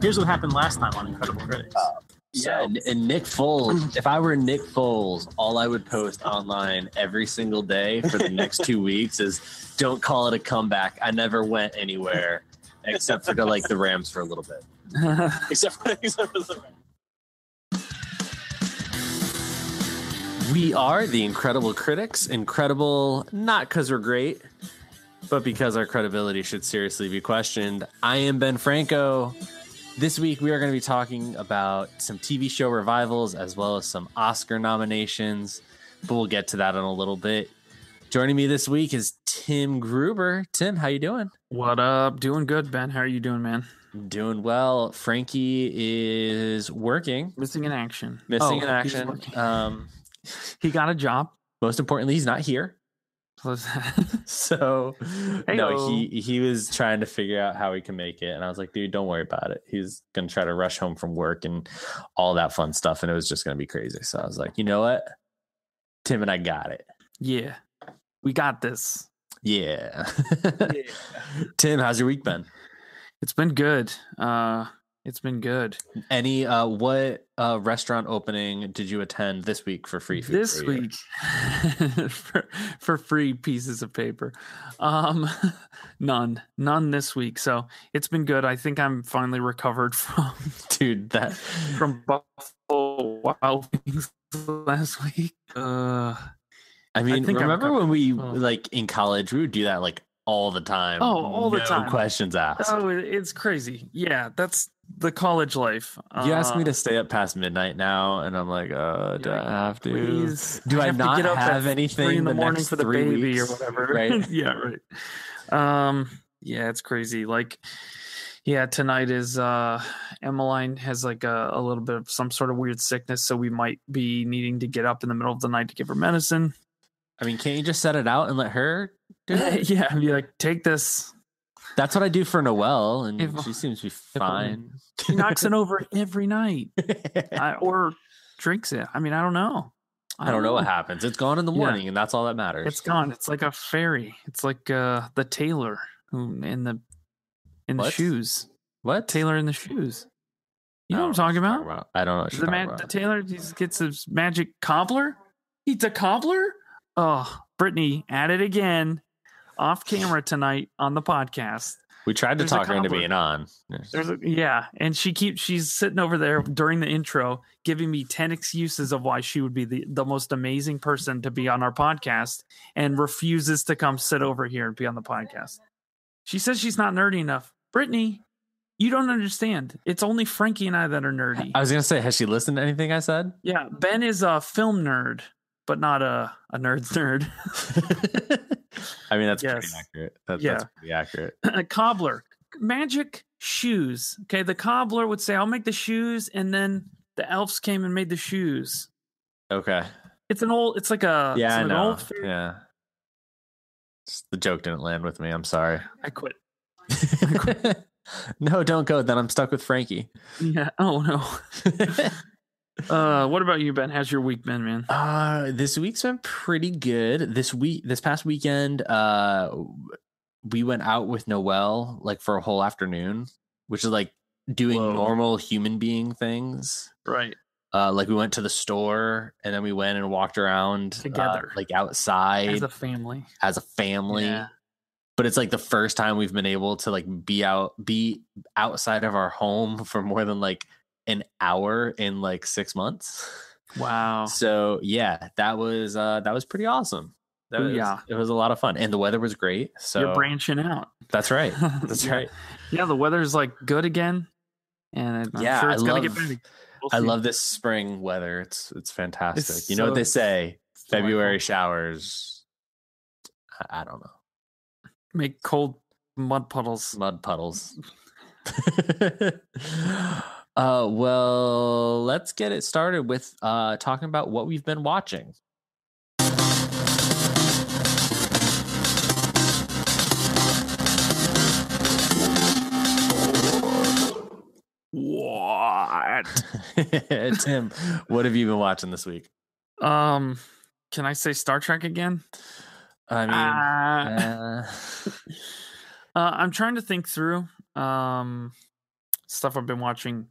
here's what happened last time on Incredible Critics. Yeah, and, and Nick Foles. If I were Nick Foles, all I would post online every single day for the next two weeks is "Don't call it a comeback." I never went anywhere except for to like the Rams for a little bit. except for except for the We are the incredible critics. Incredible, not because we're great, but because our credibility should seriously be questioned. I am Ben Franco. This week, we are going to be talking about some TV show revivals as well as some Oscar nominations, but we'll get to that in a little bit. Joining me this week is Tim Gruber. Tim, how you doing? What up? Doing good, Ben. How are you doing, man? Doing well. Frankie is working, Missing in action. missing Oh, in he's action. working. Um, He got a job. most importantly, he's not here. Plus- So no, Heyo. he he was trying to figure out how he can make it, and I was like, dude, don't worry about it. He's gonna try to rush home from work and all that fun stuff, and it was just gonna be crazy. So I was like, you know what, Tim and I got it. yeah, we got this. Yeah, Tim, how's your week been? It's been good. Uh, it's been good. Any uh, what uh restaurant opening did you attend this week for free food? this for you? week for, for free pieces of paper um none none this week so it's been good i think i'm finally recovered from dude, that from buffalo wild wings last week uh I mean, think I'm remember covered. when we Oh. like in college we would do that like all the time. Oh, all the No time. Questions asked. oh it- it's crazy yeah that's the college life You asked me Uh, to stay up past midnight now, and I'm like, uh, do you're I like, have to? please Do I have to not get up at have anything three in the, the morning next for the three baby weeks? or whatever. Right. yeah, right. Um, yeah, it's crazy. Like, yeah, tonight is uh Emmeline has like a, a little bit of some sort of weird sickness, so we might be needing to get up in the middle of the night to give her medicine. I mean, can't you just set it out and let her do it? yeah, I'd be like, take this. That's what I do for Noelle, and If- she seems to be if only. fine. She knocks it over every night. I I, or drinks it. I mean, I don't know. don't know what happens. It's gone in the Yeah. morning, and that's all that matters. It's gone. It's like a fairy. It's like uh the tailor who in the in the What? shoes. what? Tailor in the shoes. You I know what I'm don't talking about? I don't know. Oh, What she's The, talking man, about. the tailor just gets his magic cobbler. Eats a cobbler. Oh, Brittany at it again, off camera tonight on the podcast. we tried to there's a talk her into cobbler. being on. There's a, yeah, and she keeps she's sitting over there during the intro, giving me ten excuses of why she would be the, the most amazing person to be on our podcast, and refuses to come sit over here and be on the podcast. She says she's not nerdy enough. Brittany, you don't understand. It's only Frankie and I that are nerdy. I was gonna say, has she listened to anything I said? yeah, Ben is a film nerd, but not a a nerd nerd. I mean, that's pretty Yes. accurate. That, Yeah. That's pretty accurate. a cobbler magic shoes okay the cobbler would say i'll make the shoes and then the elves came and made the shoes Okay. it's an old it's like a it's yeah, I Uh, an know. old fa- Yeah. Just the joke didn't land with me. I'm sorry. i quit no, don't go. Then I'm stuck with Frankie. yeah oh no uh what about you ben how's your week been man uh, this week's been pretty good. This week, this past weekend, uh, we went out with Noel like for a whole afternoon, which is like doing Whoa. normal human being things. right Uh, like we went to the store and then we went and walked around uh, Together. like outside as a family as a family. Yeah. But it's like the first time we've been able to like be out be outside of our home for more than like an hour in like 6 months. wow So, yeah, that was uh that was pretty awesome. That was, Booyah. it was a lot of fun and the weather was great. So you're branching out That's right. That's Yeah. right. yeah the weather's like good again and i'm Yeah, sure I it's gonna get love- better We'll I see. love this spring weather. It's it's fantastic. It's you know what so- they say, It's delightful. February showers I- I don't know. make cold mud puddles mud puddles. uh, well, let's get it started with uh, talking about what we've been watching. what Tim, what have you been watching this week? Um, can I say Star Trek again? I mean, Ah. uh, uh, I'm trying to think through. Um, stuff I've been watching,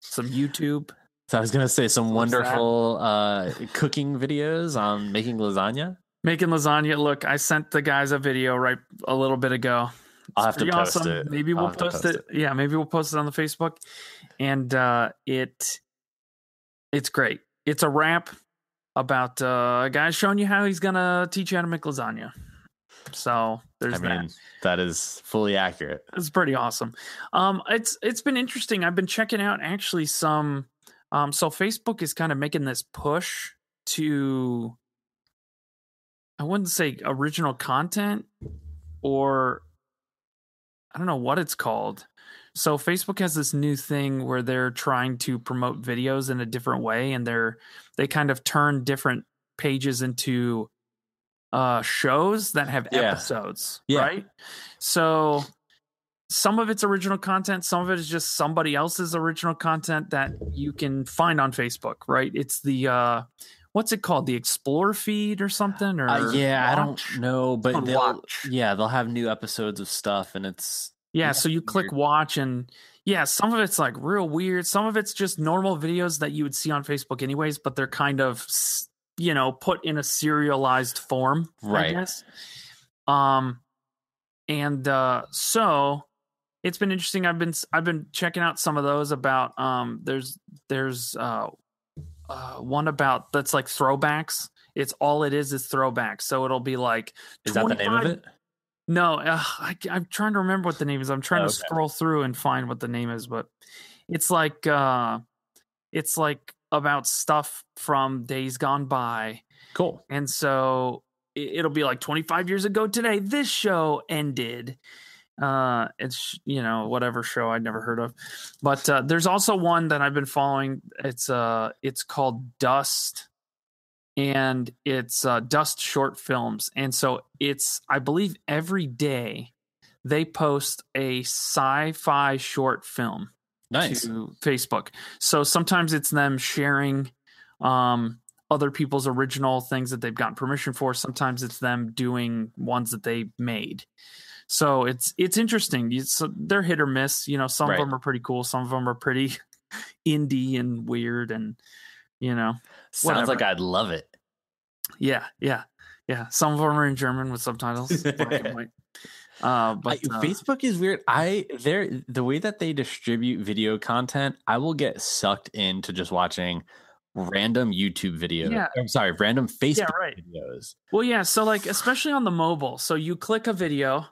some YouTube. So I was gonna say some What's that? wonderful uh, cooking videos on making lasagna. Making lasagna. Look, I sent the guys a video right a little bit ago. I'll have to pretty post it. Maybe I'll we'll have to post, post it. Yeah, maybe we'll post it on the Facebook. And uh, it it's great. It's a rap about uh, a guy showing you how he's gonna teach you how to make lasagna. So there's I that. mean, that is fully accurate. It's pretty awesome. Um, it's it's been interesting. I've been checking out actually some. Um, so Facebook is kind of making this push to, I wouldn't say original content, or I don't know what it's called. So Facebook has this new thing where they're trying to promote videos in a different way, and they're they kind of turn different pages into uh shows that have Yeah. episodes Yeah. right so some of it's original content, some of it is just somebody else's original content that you can find on Facebook, right? It's the uh what's it called? The explore feed or something or Uh, yeah, I Watch? don't know, Or but they'll, watch. yeah, they'll have new episodes of stuff, and it's Yeah, Yeah, so you click weird. watch and yeah, some of it's like real weird. Some of it's just normal videos that you would see on Facebook anyways, but they're kind of s- you know put in a serialized form, I Right. guess. Um, and uh, so it's been interesting. I've been I've been checking out some of those about um. There's there's uh, uh one about that's like throwbacks. It's all it is is throwbacks. So it'll be like is that the name of 25 it? no, uh, I, am trying to remember what the name is. I'm trying Oh, to okay. scroll through and find what the name is, but it's like uh, it's like about stuff from days gone by, Cool. and so it, it'll be like 25 years ago today. This show ended. Uh, it's you know whatever show I'd never heard of, but uh, there's also one that I've been following. It's uh, it's called Dust and it's uh, Dust Short Films. And so it's, I believe, every day they post a sci fi short film Nice. to Facebook. So sometimes it's them sharing um, other people's original things that they've gotten permission for. Sometimes it's them doing ones that they made. So it's it's interesting. You- So they're hit or miss. You know, some Right. of them are pretty cool. Some of them are pretty indie and weird, and you know, Sounds whatever. like I'd love it. yeah, yeah, yeah. Some of them are in German with subtitles. black and white. Uh, but I- uh, Facebook is weird. I there the way that they distribute video content, I will get sucked into just watching random YouTube videos. Yeah. I'm sorry, random Facebook yeah, right. videos. Well, yeah. So, like, especially on the mobile, so you click a video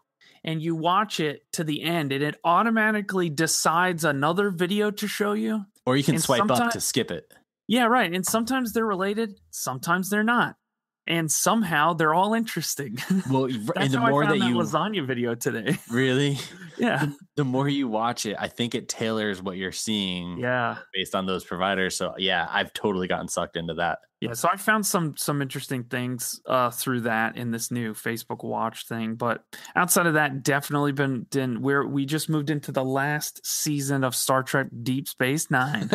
and you watch it to the end, and it automatically decides another video to show you. Or you can And swipe up to sometimes- skip it. Yeah, right. And sometimes they're related, sometimes they're not, and somehow they're all interesting. Well, That's and the how more I that found that, you Mm-hmm. lasagna video today. really, yeah, the more you watch it, I think it tailors what you're seeing yeah. based on those providers. So yeah, I've totally gotten sucked into that. yeah so i found some some interesting things uh through that in this new facebook watch thing but outside of that definitely been been we're we just moved into the last season of star trek deep space nine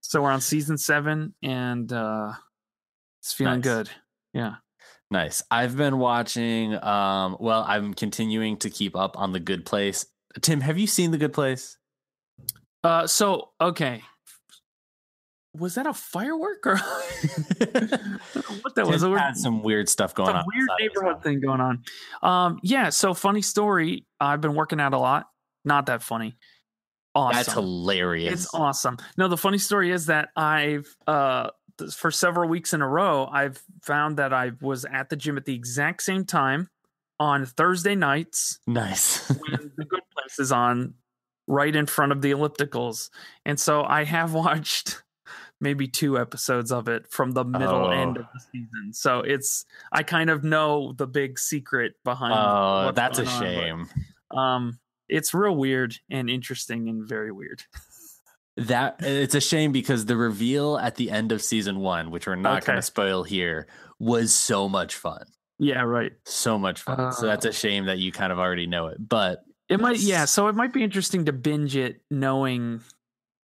so we're on season seven and uh it's feeling Nice. good yeah Nice. I've been watching. Um, well, I'm continuing to keep up on The Good Place. Tim, have you seen The Good Place? uh so okay was that a firework or what that was Tim We're- had some weird stuff going It's on. a weird outside of his neighborhood house. thing going on. Um, yeah. So funny story. I've been working out a lot. Not that funny. Awesome. That's hilarious. It's awesome. No, the funny story is that I've uh th- for several weeks in a row, I've found that I was at the gym at the exact same time on Thursday nights nice. when the good place is on right in front of the ellipticals. And so I have watched maybe two episodes of it from the middle Oh. end of the season. So it's I kind of know the big secret behind Oh, what's that's a going on, but, shame. um it's real weird and interesting and very weird. That it's a shame because the reveal at the end of season one, which we're not going Okay. to spoil here, was so much fun. Yeah, right. So much fun. so that's Ah. a shame that you kind of already know it. But It might, yeah. Yes. So it might be interesting to binge it, knowing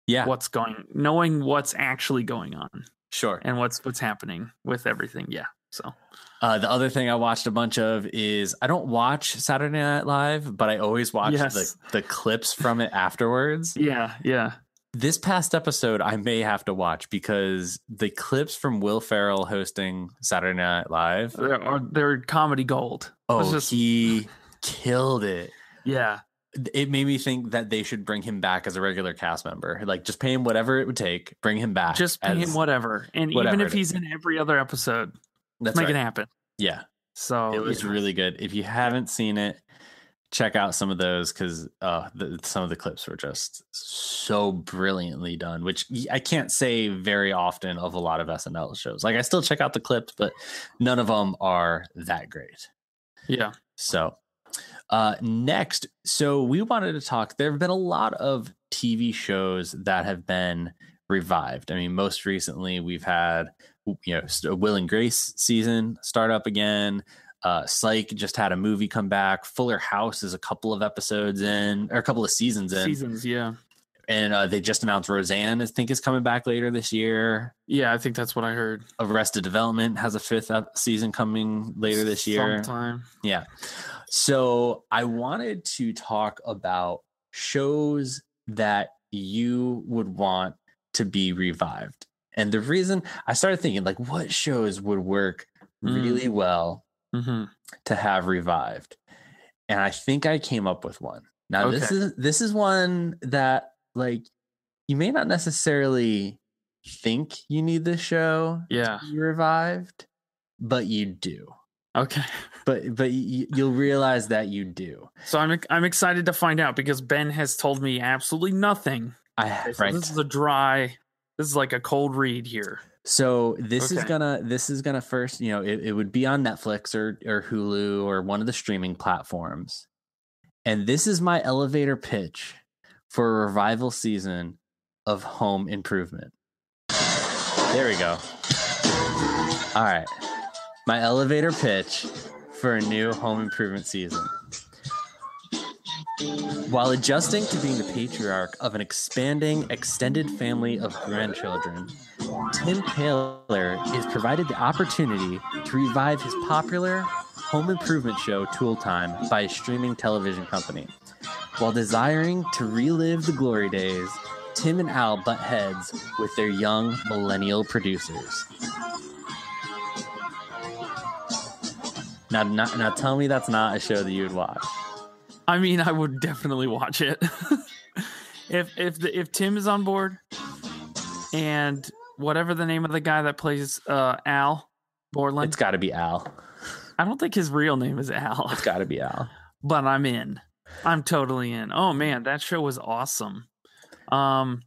yeah, what's going, knowing what's actually going on sure. and what's what's happening with everything. Yeah, So Uh, the other thing I watched a bunch of is I don't watch Saturday Night Live, but I always watch Yes. the, the clips from it afterwards. yeah, yeah. This past episode, I may have to watch because the clips from Will Ferrell hosting Saturday Night Live. They're, are- they're comedy gold. Let's Oh, just- he killed it. yeah, It made me think that they should bring him back as a regular cast member. Like, just pay him whatever it would take, bring him back. just pay as- him whatever, and whatever even if it he's in every other episode, That's let's make right. it happen. Yeah. So it was yeah. really good. If you haven't seen it, check out some of those because uh, the, some of the clips were just so brilliantly done, which y- I can't say very often of a lot of SNL shows. Like I still check out the clips, but none of them are that great. yeah, So, uh, next, so we wanted to talk. There have been a lot of TV shows that have been revived. I mean, most recently we've had, you know, st- Will and Grace season start up again. Uh, Psych just had a movie come back. Fuller House is a couple of episodes in, or a couple of seasons in, seasons. Yeah, and uh, they just announced Roseanne. I think is coming back later this year. yeah. I think that's what I heard Arrested Development has a fifth up season coming later this year. Sometime. Yeah. So I wanted to talk about shows that you would want to be revived. And the reason I started thinking, like, what shows would work really well hmm to have revived? And I think I came up with one. Now this Okay. is this is one that like you may not necessarily think you need this show Yeah. to be revived, but you do. Okay. But but you, you'll realize that you do. So I'm I'm excited to find out because Ben has told me absolutely nothing. I Okay, have so right. This is a dry. This is like a cold read here. So this is Okay. gonna this is gonna first, you know, it, it would be on Netflix or or Hulu or one of the streaming platforms. And this is my elevator pitch for a revival season of home improvement. There we go. All right. My elevator pitch for a new home improvement season. While adjusting to being the patriarch of an expanding extended family of grandchildren, Tim Taylor is provided the opportunity to revive his popular home improvement show Tool Time by a streaming television company. While desiring to relive the glory days, Tim and Al butt heads with their young millennial producers. Now, now, now tell me that's not a show that you would watch. I mean, I would definitely watch it. if if the, if Tim is on board, and whatever the name of the guy that plays uh, Al Borland, It's got to be Al. I don't think his real name is Al, It's got to be Al. but I'm in. I'm totally in. Oh man, that show was awesome. Um,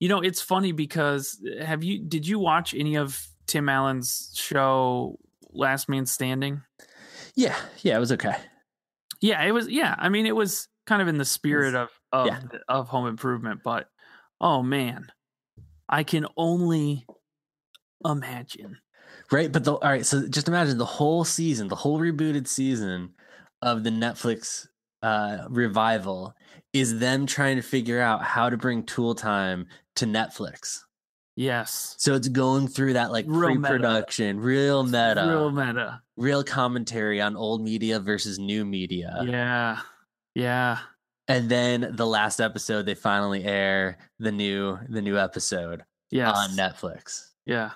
you know, it's funny because uh, have you did you watch any of Tim Allen's show Last Man Standing? Yeah, yeah, it was okay. Yeah, it was. Yeah, I mean, it was kind of in the spirit of of, Yeah. of Home Improvement, but oh man, I can only imagine. Right, but the all right, so just imagine the whole season, the whole rebooted season of the Netflix uh revival is them trying to figure out how to bring tool time to Netflix. Yes, So it's going through that like Real meta. pre-production, real meta, real real, meta. commentary on old media versus new media. yeah, yeah, And then the last episode they finally air the new the new episode yes, on Netflix. yeah.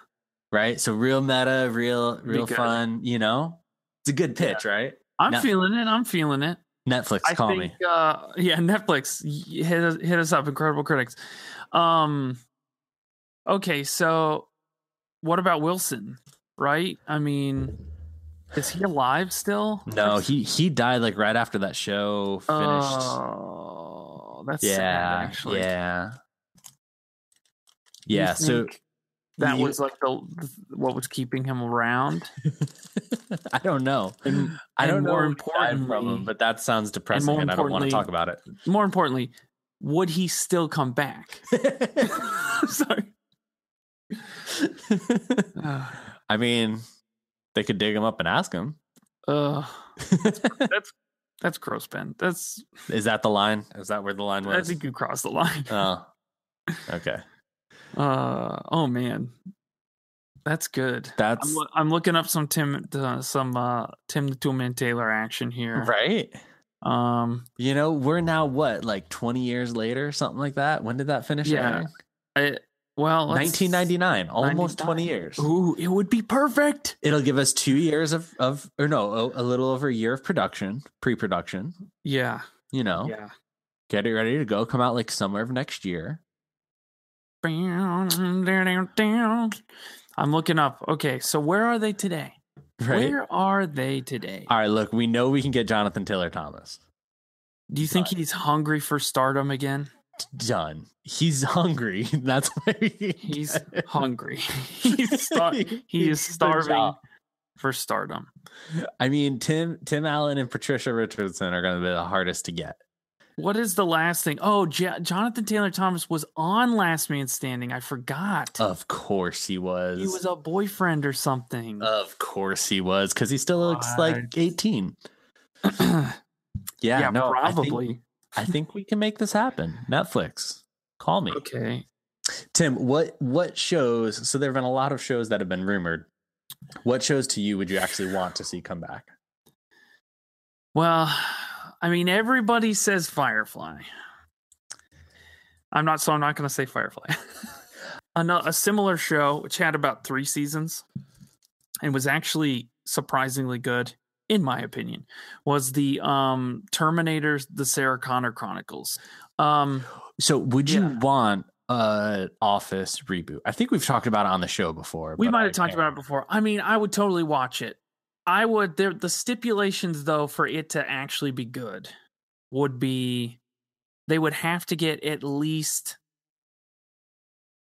Right? So real meta, real Be real good. fun, you know? It's a good pitch, right? I'm Net- feeling it. I'm feeling it. Netflix, I call think, me. Uh, yeah, Netflix y- hit us, hit us up, incredible critics. Um, okay, so what about Wilson? Right? I mean, is he alive still? No, he he died like right after that show finished. Oh, that's yeah, yeah, actually. yeah, You yeah. So think that you- was like the what was keeping him around, I don't know. and I and don't know more what died from him, importantly- but that sounds depressing, more and, I don't want to importantly- talk about it. more importantly, would he still come back? Sorry. Ugh. I mean, they could dig him up and ask him. Ugh. that's gross, Ben. That's Is that the line? Is that where the line I was? Uh. think you crossed the line. oh, okay. Uh, oh man, That's good. I'm, That's loo- I'm looking up some Tim, uh, some uh, Tim the Two Man Taylor action here. right. Um, You know, we're now what, like 20 years later, something like that? When did that finish? Yeah, airing? I, well, let's- 1999, almost 99. 20 years. Ooh, it would be perfect. It'll give us two years of, of or no, a, a little over a year of production, pre production, Yeah, you know, yeah. get it ready to go, come out like summer of next year. I'm looking up. Okay, so where are they today? Right. Where are they today? All right, look, we know we can get Jonathan Taylor Thomas. Do you think he's hungry for stardom again? Done. He's hungry. That's why we- He's hungry. He's star- he is Good starving job. for stardom. I mean, Tim Tim Allen and Patricia Richardson are going to be the hardest to get. What is the last thing? Oh, J- Jonathan Taylor Thomas was on Last Man Standing. I forgot. Of course he was. he was a boyfriend or something. Of course he was, because he still looks God. like 18. yeah, Yeah, no, I think, probably. I think we can make this happen. Netflix, call me, Okay. Tim. What what shows? So there have been a lot of shows that have been rumored. What shows to you would you actually want to see come back? Well, I mean, everybody says Firefly. I'm not, so I'm not going to say Firefly. Ano- a similar show, which had about three seasons and was actually surprisingly good, in my opinion, was the um, Terminator, the Sarah Connor Chronicles. Um, So would you Yeah. want a Office reboot? I think we've talked about it on the show before. we but might I have talked can't- about it before. I mean, I would totally watch it. I would. There, the stipulations though for it to actually be good would be they would have to get at least.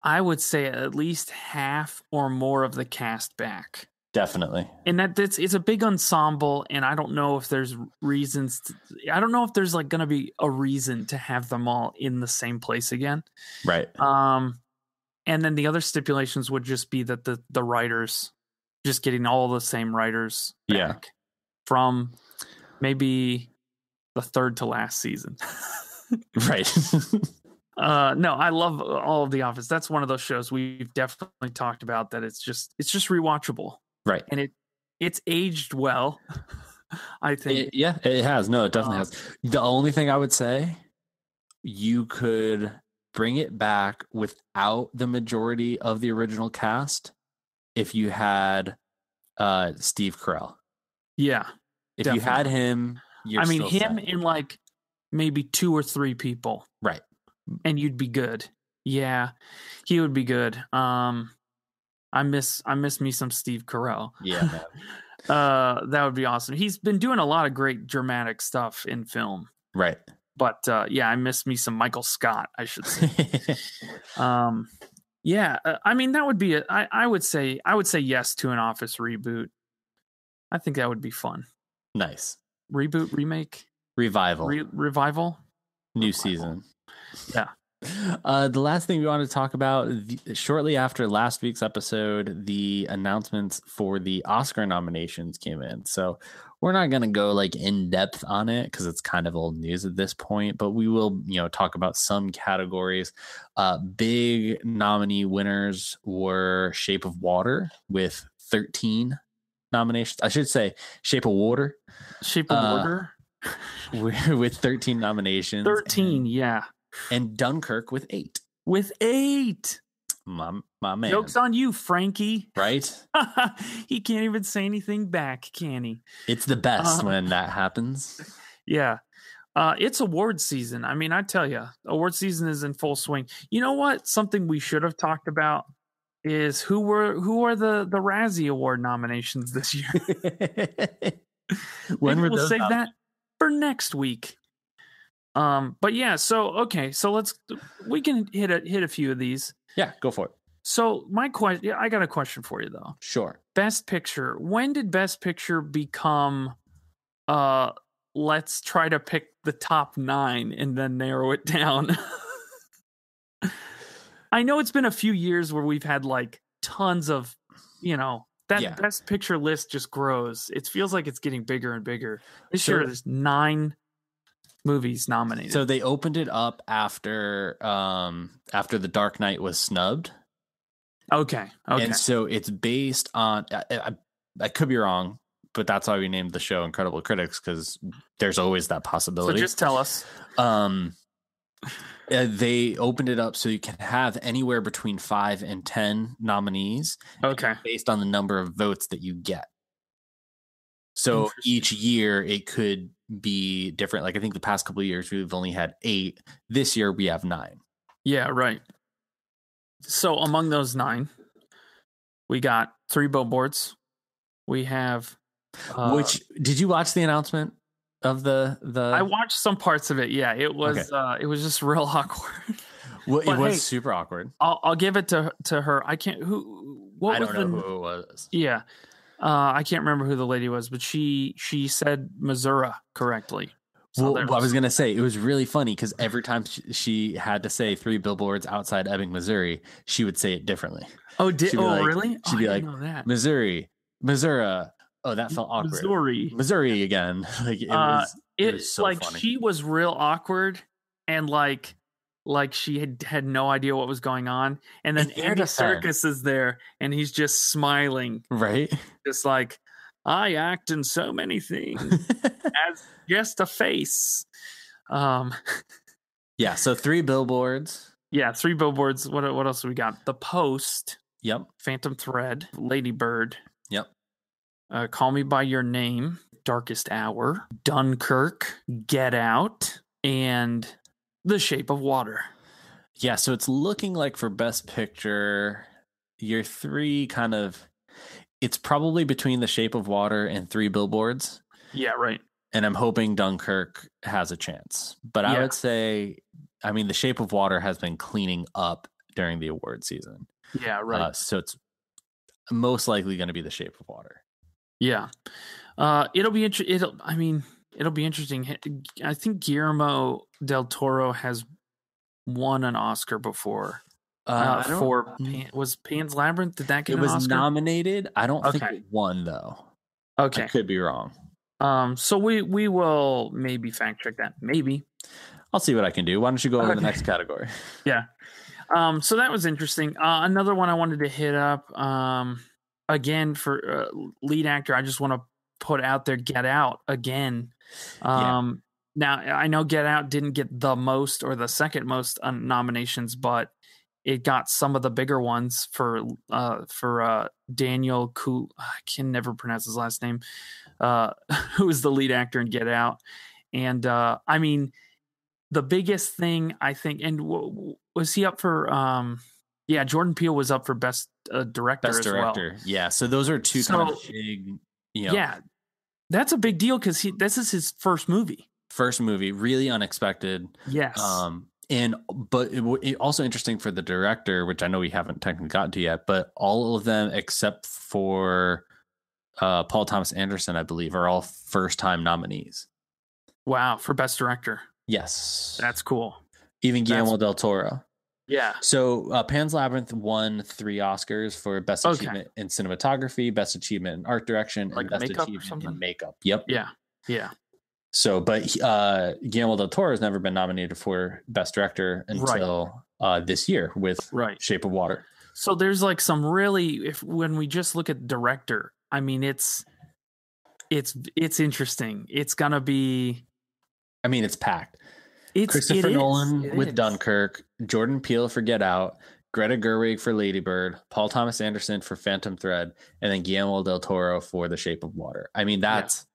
I would say at least half or more of the cast back, Definitely. and that that's it's a big ensemble, and I don't know if there's reasons. To, I don't know if there's like going to be a reason to have them all in the same place again. Right. Um, and then the other stipulations would just be that the the writers, just getting all the same writers, Yeah. back from maybe the third to last season. Right. Uh, no, I love all of The Office. That's one of those shows we've definitely talked about that it's just it's just rewatchable right. and it it's aged well. I think It- yeah, it has. No, it definitely Um, has. The only thing I would say, you could bring it back without the majority of the original cast if you had uh Steve Carell. yeah. If you Definitely. had him, you're I mean still him set. and like maybe two or three people. Right. And you'd be good. Yeah. He would be good. Um I miss I miss me some Steve Carell. Yeah, man. Uh that would be awesome. He's been doing a lot of great dramatic stuff in film. right. But uh yeah, I miss me some Michael Scott, I should say. um yeah, uh, I mean that would be a, I I would say I would say yes to an office reboot. I think that would be fun. nice. Reboot, remake, Revival. re- revival. new revival. season. Yeah. Uh, the last thing we want to talk about the, shortly after last week's episode, the announcements for the Oscar nominations came in. So we're not going to go like in depth on it because it's kind of old news at this point, but we will, you know, talk about some categories. Uh, big nominee winners were Shape of Water with 13 nominations. I should say Shape of Water Shape of Uh, Water. with 13 nominations. Thirteen, yeah, and Dunkirk with eight. with eight. My, my man, Jokes on you, Frankie. right? he can't even say anything back, can he? It's the best Um, when that happens. Yeah. Uh, it's award season. I mean, I tell you, award season is in full swing. You know what? Something we should have talked about is who were who are the the Razzie Award nominations this year. when Maybe were we'll those save up? that for next week. Um, but yeah, so okay, so let's we can hit a hit a few of these. Yeah, go for it. So my question, I got a question for you though. Sure. Best Picture. When did Best Picture become? Uh, let's try to pick the top nine and then narrow it down. I know it's been a few years where we've had like tons of, you know, that Yeah. Best Picture list just grows. It feels like it's getting bigger and bigger. This So- year, there's nine movies nominated. So they opened it up after um after The Dark Knight was snubbed. Okay. Okay. And so it's based on, I, I, I could be wrong, but that's why we named the show Incredible Critics because there's always that So possibility. just tell us. um, uh, they opened it up so you can have anywhere between five and 10 nominees Okay. based on the number of votes that you get. So Interesting. each year it could be different. Like I think the past couple of years we've only had eight. This year we have nine. Yeah, right. So among those nine, we got three billboards. We have uh, Which did you watch the announcement of the the? I watched some parts of it. Yeah, it was Okay. uh, it was just real awkward. Well, it but was hey- super awkward. I'll, I'll give it to to her. I can't who what I was don't know the who it was. yeah. Uh, I can't remember who the lady was, but she she said Missouri correctly. So Well, there I was gonna say it was really funny because every time she, she had to say three billboards outside Ebbing, Missouri, she would say it differently. oh did she'd be oh like- really? she'd oh, be I like, didn't know that. Missouri, Missouri. Oh, that felt awkward. Missouri, Missouri. again. Like it Uh, was. It it, was so like funny. she was real awkward and like like she had had no idea what was going on and then In their andy defense- circus is there and he's just smiling right? just like i act in so many things as just a face um yeah. So three billboards. yeah three billboards what what else we got the post Yep. phantom thread ladybird Yep. uh, call me by your name darkest hour dunkirk get out and the shape of water Yeah. So it's looking like for best picture, your three kind of. It's probably between The Shape of Water and Three Billboards, Yeah, right. and I'm hoping Dunkirk has a chance. But I Yeah. would say, I mean, The Shape of Water has been cleaning up during the award season, Yeah, right. Uh, so it's most likely going to be The Shape of Water. yeah. Uh it'll be inter- it'll I mean, it'll be interesting. I think Guillermo del Toro has won an Oscar before. Uh, I don't- for Pan, was Pan's Labyrinth did that get it an was Oscar? nominated. I don't think Okay. it won though. I okay. could be wrong. Um so we we will maybe fact check that. Maybe. I'll see what I can do. Why don't you go over the Okay. next category? Um, so that was interesting. Uh, another one I wanted to hit up. Um, again for uh, lead actor, I just want to put out there Get Out again. Yeah. Um, now I know Get Out didn't get the most or the second most uh, nominations, but it got some of the bigger ones for uh for uh Daniel Ku I can never pronounce his last name, uh, who is the lead actor in Get Out, and uh, I mean the biggest thing I think, and w- w- was he up for? um Yeah, Jordan Peele was up for best uh, director Best as director. Yeah. So those are two kind of So- big, you know, well. Yeah, that's a big deal because he this is his first movie. first movie, really unexpected. Yes. Um, and but it, w- it also interesting for the director, which I know we haven't technically gotten to yet, but all of them except for uh, Paul Thomas Anderson, I believe, are all first time nominees. wow, for best director, Yes, that's cool. even that's- Guillermo del Toro. Yeah. So, uh, Pan's Labyrinth won three Oscars for Best Okay. Achievement in Cinematography, Best Achievement in Art Direction, Like and Best makeup or Achievement something? in Makeup. Yep. Yeah. Yeah. So, but uh, Guillermo del Toro has never been nominated for Best Director Right. until uh, this year with Right. Shape of Water. So there's like some really if when we just look at director, I mean it's it's it's interesting. It's gonna be I mean, it's packed. it's Christopher it is, Nolan it with is. Dunkirk, Jordan Peele for Get Out, Greta Gerwig for Lady Bird, Paul Thomas Anderson for Phantom Thread, and then Guillermo del Toro for The Shape of Water. I mean, that's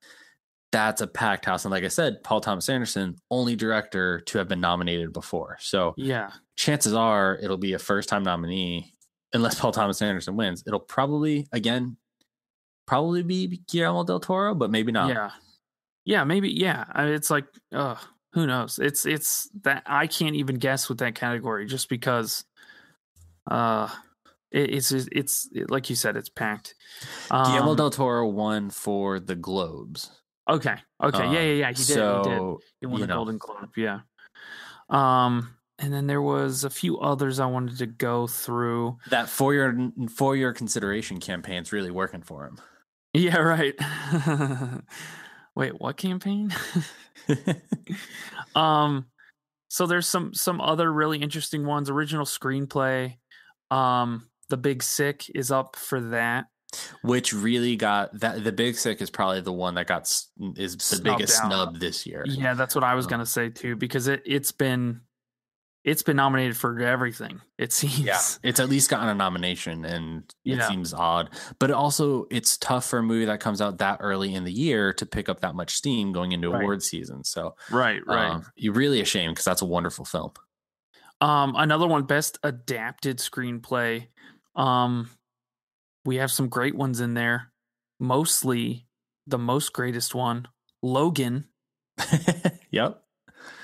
that's a packed house. And like I said, Paul Thomas Anderson, only director to have been nominated before. So Yeah. chances are it'll be a first time nominee, unless Paul Thomas Anderson wins. It'll probably again probably be Guillermo del Toro, but maybe not. Yeah. Yeah, maybe yeah. I mean, it's like uh who knows? It's it's that I can't even guess with that category just because uh it, it's just- it's it, like you said, it's packed. Um, Guillermo del Toro won for the Globes. okay, okay, yeah, yeah, yeah. He did, he did. Um, So He won you the know. Golden Globe, yeah. Um, and then there was a few others I wanted to go through. that four year four year consideration campaign's really working for him. Yeah, right. Wait, what campaign? um, so there's some some other really interesting ones. Original screenplay. Um, The Big Sick is up for that. which really got that the big sick is probably the one that got s- is the Snubbed biggest out. snub this year Yeah, that's what I was Um, gonna say too, because it it's been it's been nominated for everything. It seems. Yeah. it's at least gotten a nomination and it Yeah. seems odd but it also it's tough for a movie that comes out that early in the year to pick up that much steam going into Right. award season so Right. Right. um, you're really ashamed because that's a wonderful film Um, another one, best adapted screenplay. Um, we have some great ones in there. Mostly the most greatest one, Logan, yep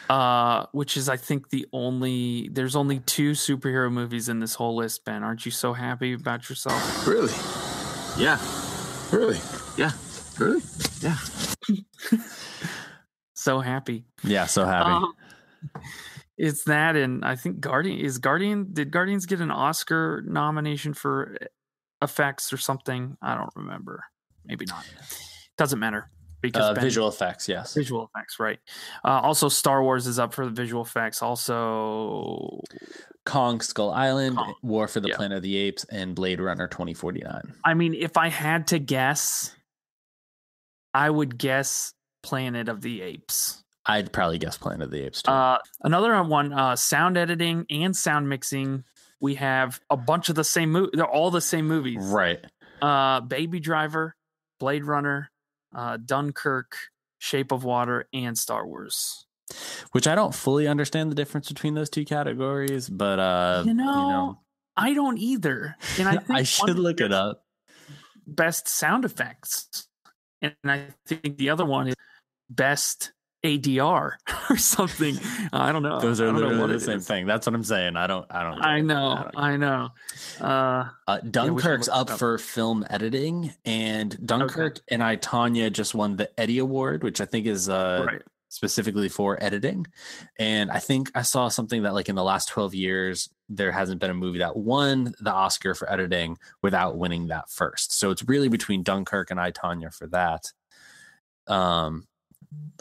uh, which is I think the only. There's only two superhero movies in this whole list. Ben, aren't you so happy about yourself? Really? Yeah. Really? Yeah. Really? So happy. yeah so happy Um, it's that, and I think Guardian is Guardian. Did Guardians get an Oscar nomination for effects or something? I don't remember. Maybe not. Doesn't matter because uh, Ben- visual effects yes visual effects, right? Uh, also, Star Wars is up for the visual effects. Also, kong skull island Kong. war for the Yeah. planet of the apes and blade runner 2049 I mean, if I had to guess, I would guess Planet of the Apes. i'd probably guess planet of the apes too Uh, another one, uh, sound editing and sound mixing. We have a bunch of the same movie. They're all the same movies. right uh baby driver blade runner uh dunkirk shape of water and star wars which I don't fully understand the difference between those two categories, but uh, You know, i don't either and i, think I one should look it is up. best sound effects and i think the other one is best adr or something Uh, i don't know Those are I don't know what literally the it same is. thing. That's what I'm saying. I don't. I don't. get i it. know don't get i know uh Uh, Dunkirk's look up, it up. for film editing, and Dunkirk and I Tanya just won the Eddie Award, which I think is uh, right specifically for editing. And I think I saw something that like in the last 12 years there hasn't been a movie that won the Oscar for editing without winning that first. So it's really between Dunkirk and I Tanya for that. Um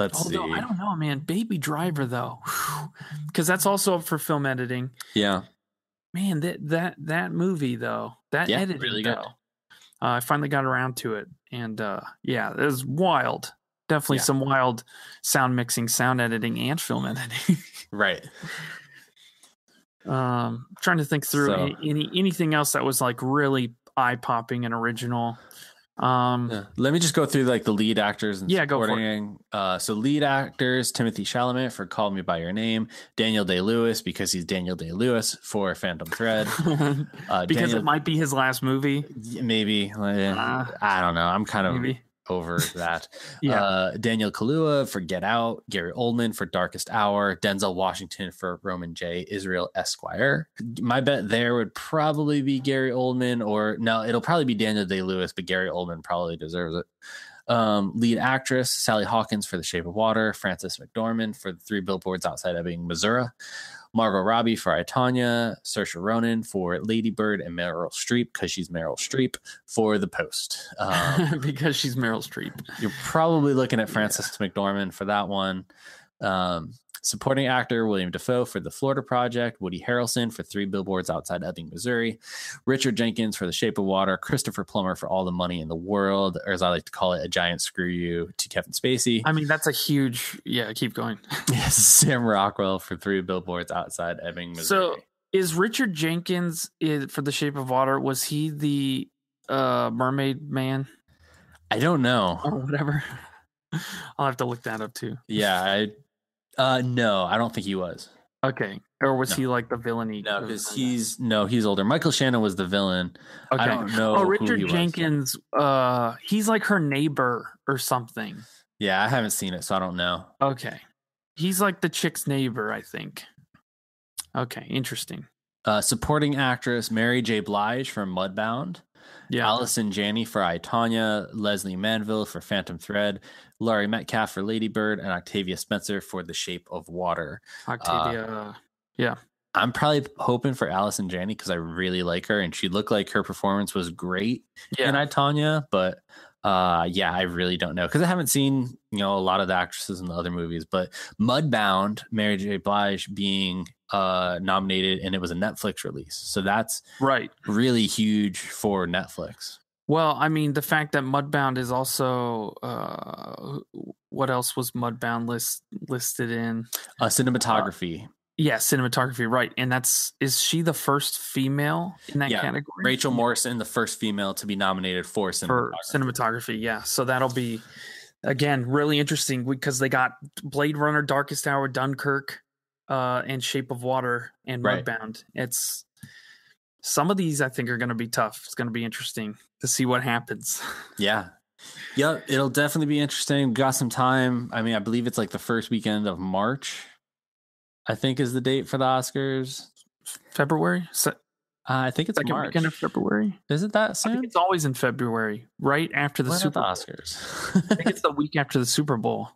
let's although see. i don't know man baby driver though because that's also up for film editing yeah. man that that that movie though that Yeah, editing really though good. uh, i finally got around to it and uh yeah it was wild definitely Yeah. some wild sound mixing sound editing and film editing Right. um trying to think through So- a- any anything else that was like really eye popping and original um Yeah. Let me just go through like the lead actors and Yeah, go for it. supporting. Uh, so lead actors Timothy Chalamet for Call Me by Your Name, Daniel Day Lewis because he's Daniel Day Lewis for Phantom Thread, uh, because Daniel- it might be his last movie Yeah, maybe Uh, Uh, I don't know. I'm kind of maybe over that. Yeah. uh, Daniel Kalua for Get Out, Gary Oldman for Darkest Hour, Denzel Washington for Roman J. Israel Esquire. My bet there would probably be Gary Oldman, or no, it'll probably be Daniel Day Lewis, but Gary Oldman probably deserves it. Um, lead actress Sally Hawkins for The Shape of Water, Frances McDormand for Three Billboards Outside Ebbing, Missouri, Margot Robbie for I, Tanya, Saoirse Ronan for Lady Bird, and Meryl Streep because she's Meryl Streep for The Post. Um, because she's Meryl Streep. you're probably looking at Francis McDormand for that one. Um, supporting actor William Defoe for The Florida Project, Woody Harrelson for Three Billboards Outside Ebbing, Missouri, Richard Jenkins for The Shape of Water, Christopher Plummer for All the Money in the World, or as I like to call it, a giant screw you to Kevin Spacey. I mean, that's a huge. Yeah, keep going. Sam Rockwell for Three Billboards Outside Ebbing, Missouri. So- is Richard Jenkins i- for The Shape of Water? Was he the uh, mermaid man I don't know. or whatever? I'll have to look that up too. Yeah, I uh no, I don't think he was. Okay, or was No. he like the villainy? No, because he's no, he's older. Michael Shannon was the villain. okay. I don't know. oh, who Richard he was. Jenkins. Uh, he's like her neighbor or something. Yeah, I haven't seen it, so I don't know. Okay, he's like the chick's neighbor, I think. Okay, interesting. Uh, supporting actress Mary J. Blige for Mudbound, Yeah, Allison Janney for I, Tanya, Leslie Manville for Phantom Thread, Laurie Metcalf for Ladybird, and Octavia Spencer for The Shape of Water. Octavia. I'm probably hoping for Allison Janney because I really like her, and she looked like her performance was great yeah, in I, Tanya, but uh, yeah, I really don't know because I haven't seen you know a lot of the actresses in the other movies, but Mudbound, Mary J. Blige being uh, nominated, and it was a Netflix release. So that's Right. really huge for Netflix. Well, I mean, the fact that Mudbound is also uh, what else was Mudbound list listed in? Uh, cinematography. Yeah, cinematography, right? And that's is she the first female in that Yeah, category? Rachel Morrison, the first female to be nominated for for cinematography. cinematography. Yeah, so that'll be again really interesting because they got Blade Runner, Darkest Hour, Dunkirk, uh, and Shape of Water and Right. Mudbound. It's some of these I think are going to be tough. It's going to be interesting to see what happens. yeah. Yep. It'll definitely be interesting. We've got some time. I mean, I believe it's like the first weekend of March, I think is the date for the Oscars. February, Se- Uh, I think it's second March. weekend of February. is it that I soon? think it's always in February, right after the When are Super. the Bowl. I think Oscars. it's the week after the Super Bowl.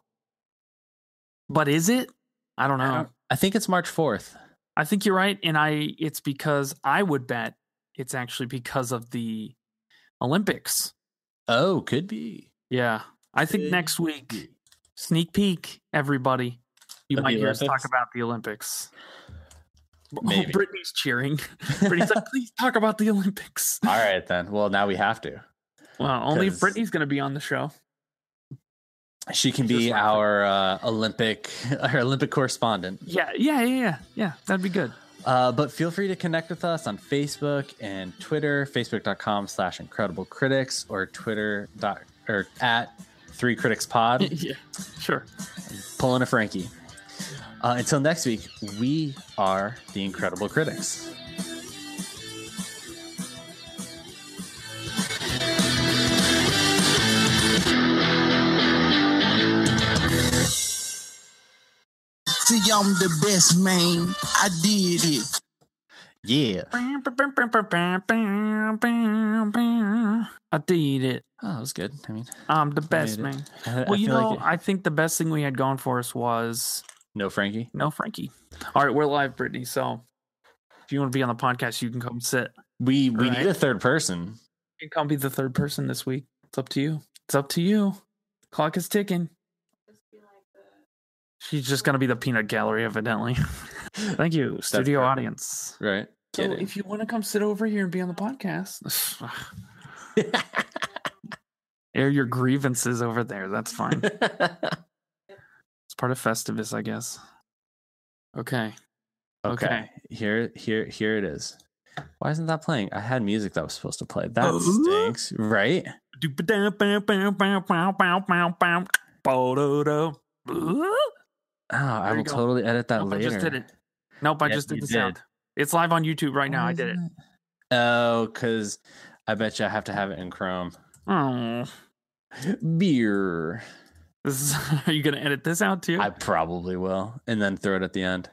But is it? I don't know. I, think it's March 4th. I think you're right, and I it's because I would bet it's actually because of the Olympics. Oh, could be. Yeah, I think Could next week, sneak peek, everybody, you Of might the hear us talk Olympics? about the Olympics. Oh, Maybe. Brittany's cheering. Brittany's like, please talk about the Olympics. All right, then. Well, now we have to. Well, only if 'Cause- Brittany's going to be on the show. She can Just be laughing. our uh, Olympic our Olympic correspondent. Yeah, yeah, yeah, yeah, yeah. That'd be good. Uh, but feel free to connect with us on Facebook and Twitter, facebook.com slash incredible critics or Twitter dot or at three critics pod, yeah, sure. pulling a Frankie. Uh, until next week, we are the incredible critics. See, I'm the best, man. I did it. Yeah. I did it. Oh, that was good. I mean, I'm the best made it. man. I, I Well, you feel know, like it- I think the best thing we had going for us was no Frankie. no Frankie. All right, we're live, Brittany. So if you want to be on the podcast, you can come sit. We we Right. need a third person. You can come be the third person this week. It's up to you. It's up to you. Clock is ticking. She's just gonna be the peanut gallery, evidently. Thank you, studio perfect. audience. Right. So Kidding. if you want to come sit over here and be on the podcast, air your grievances over there. That's fine. It's part of Festivus, I guess. Okay. Okay. okay. Here here here it is. Why isn't that playing? I had music that was supposed to play. That Oh. stinks, right? Nope, Oh, I There you will go. totally edit that I later. just did it. Nope, I Yes, just did you the did. sound. It's live on YouTube right now. I did it. Oh, because I bet you I have to have it in Chrome. Oh, Beer. this is. Are you gonna edit this out too? I probably will, and then throw it at the end.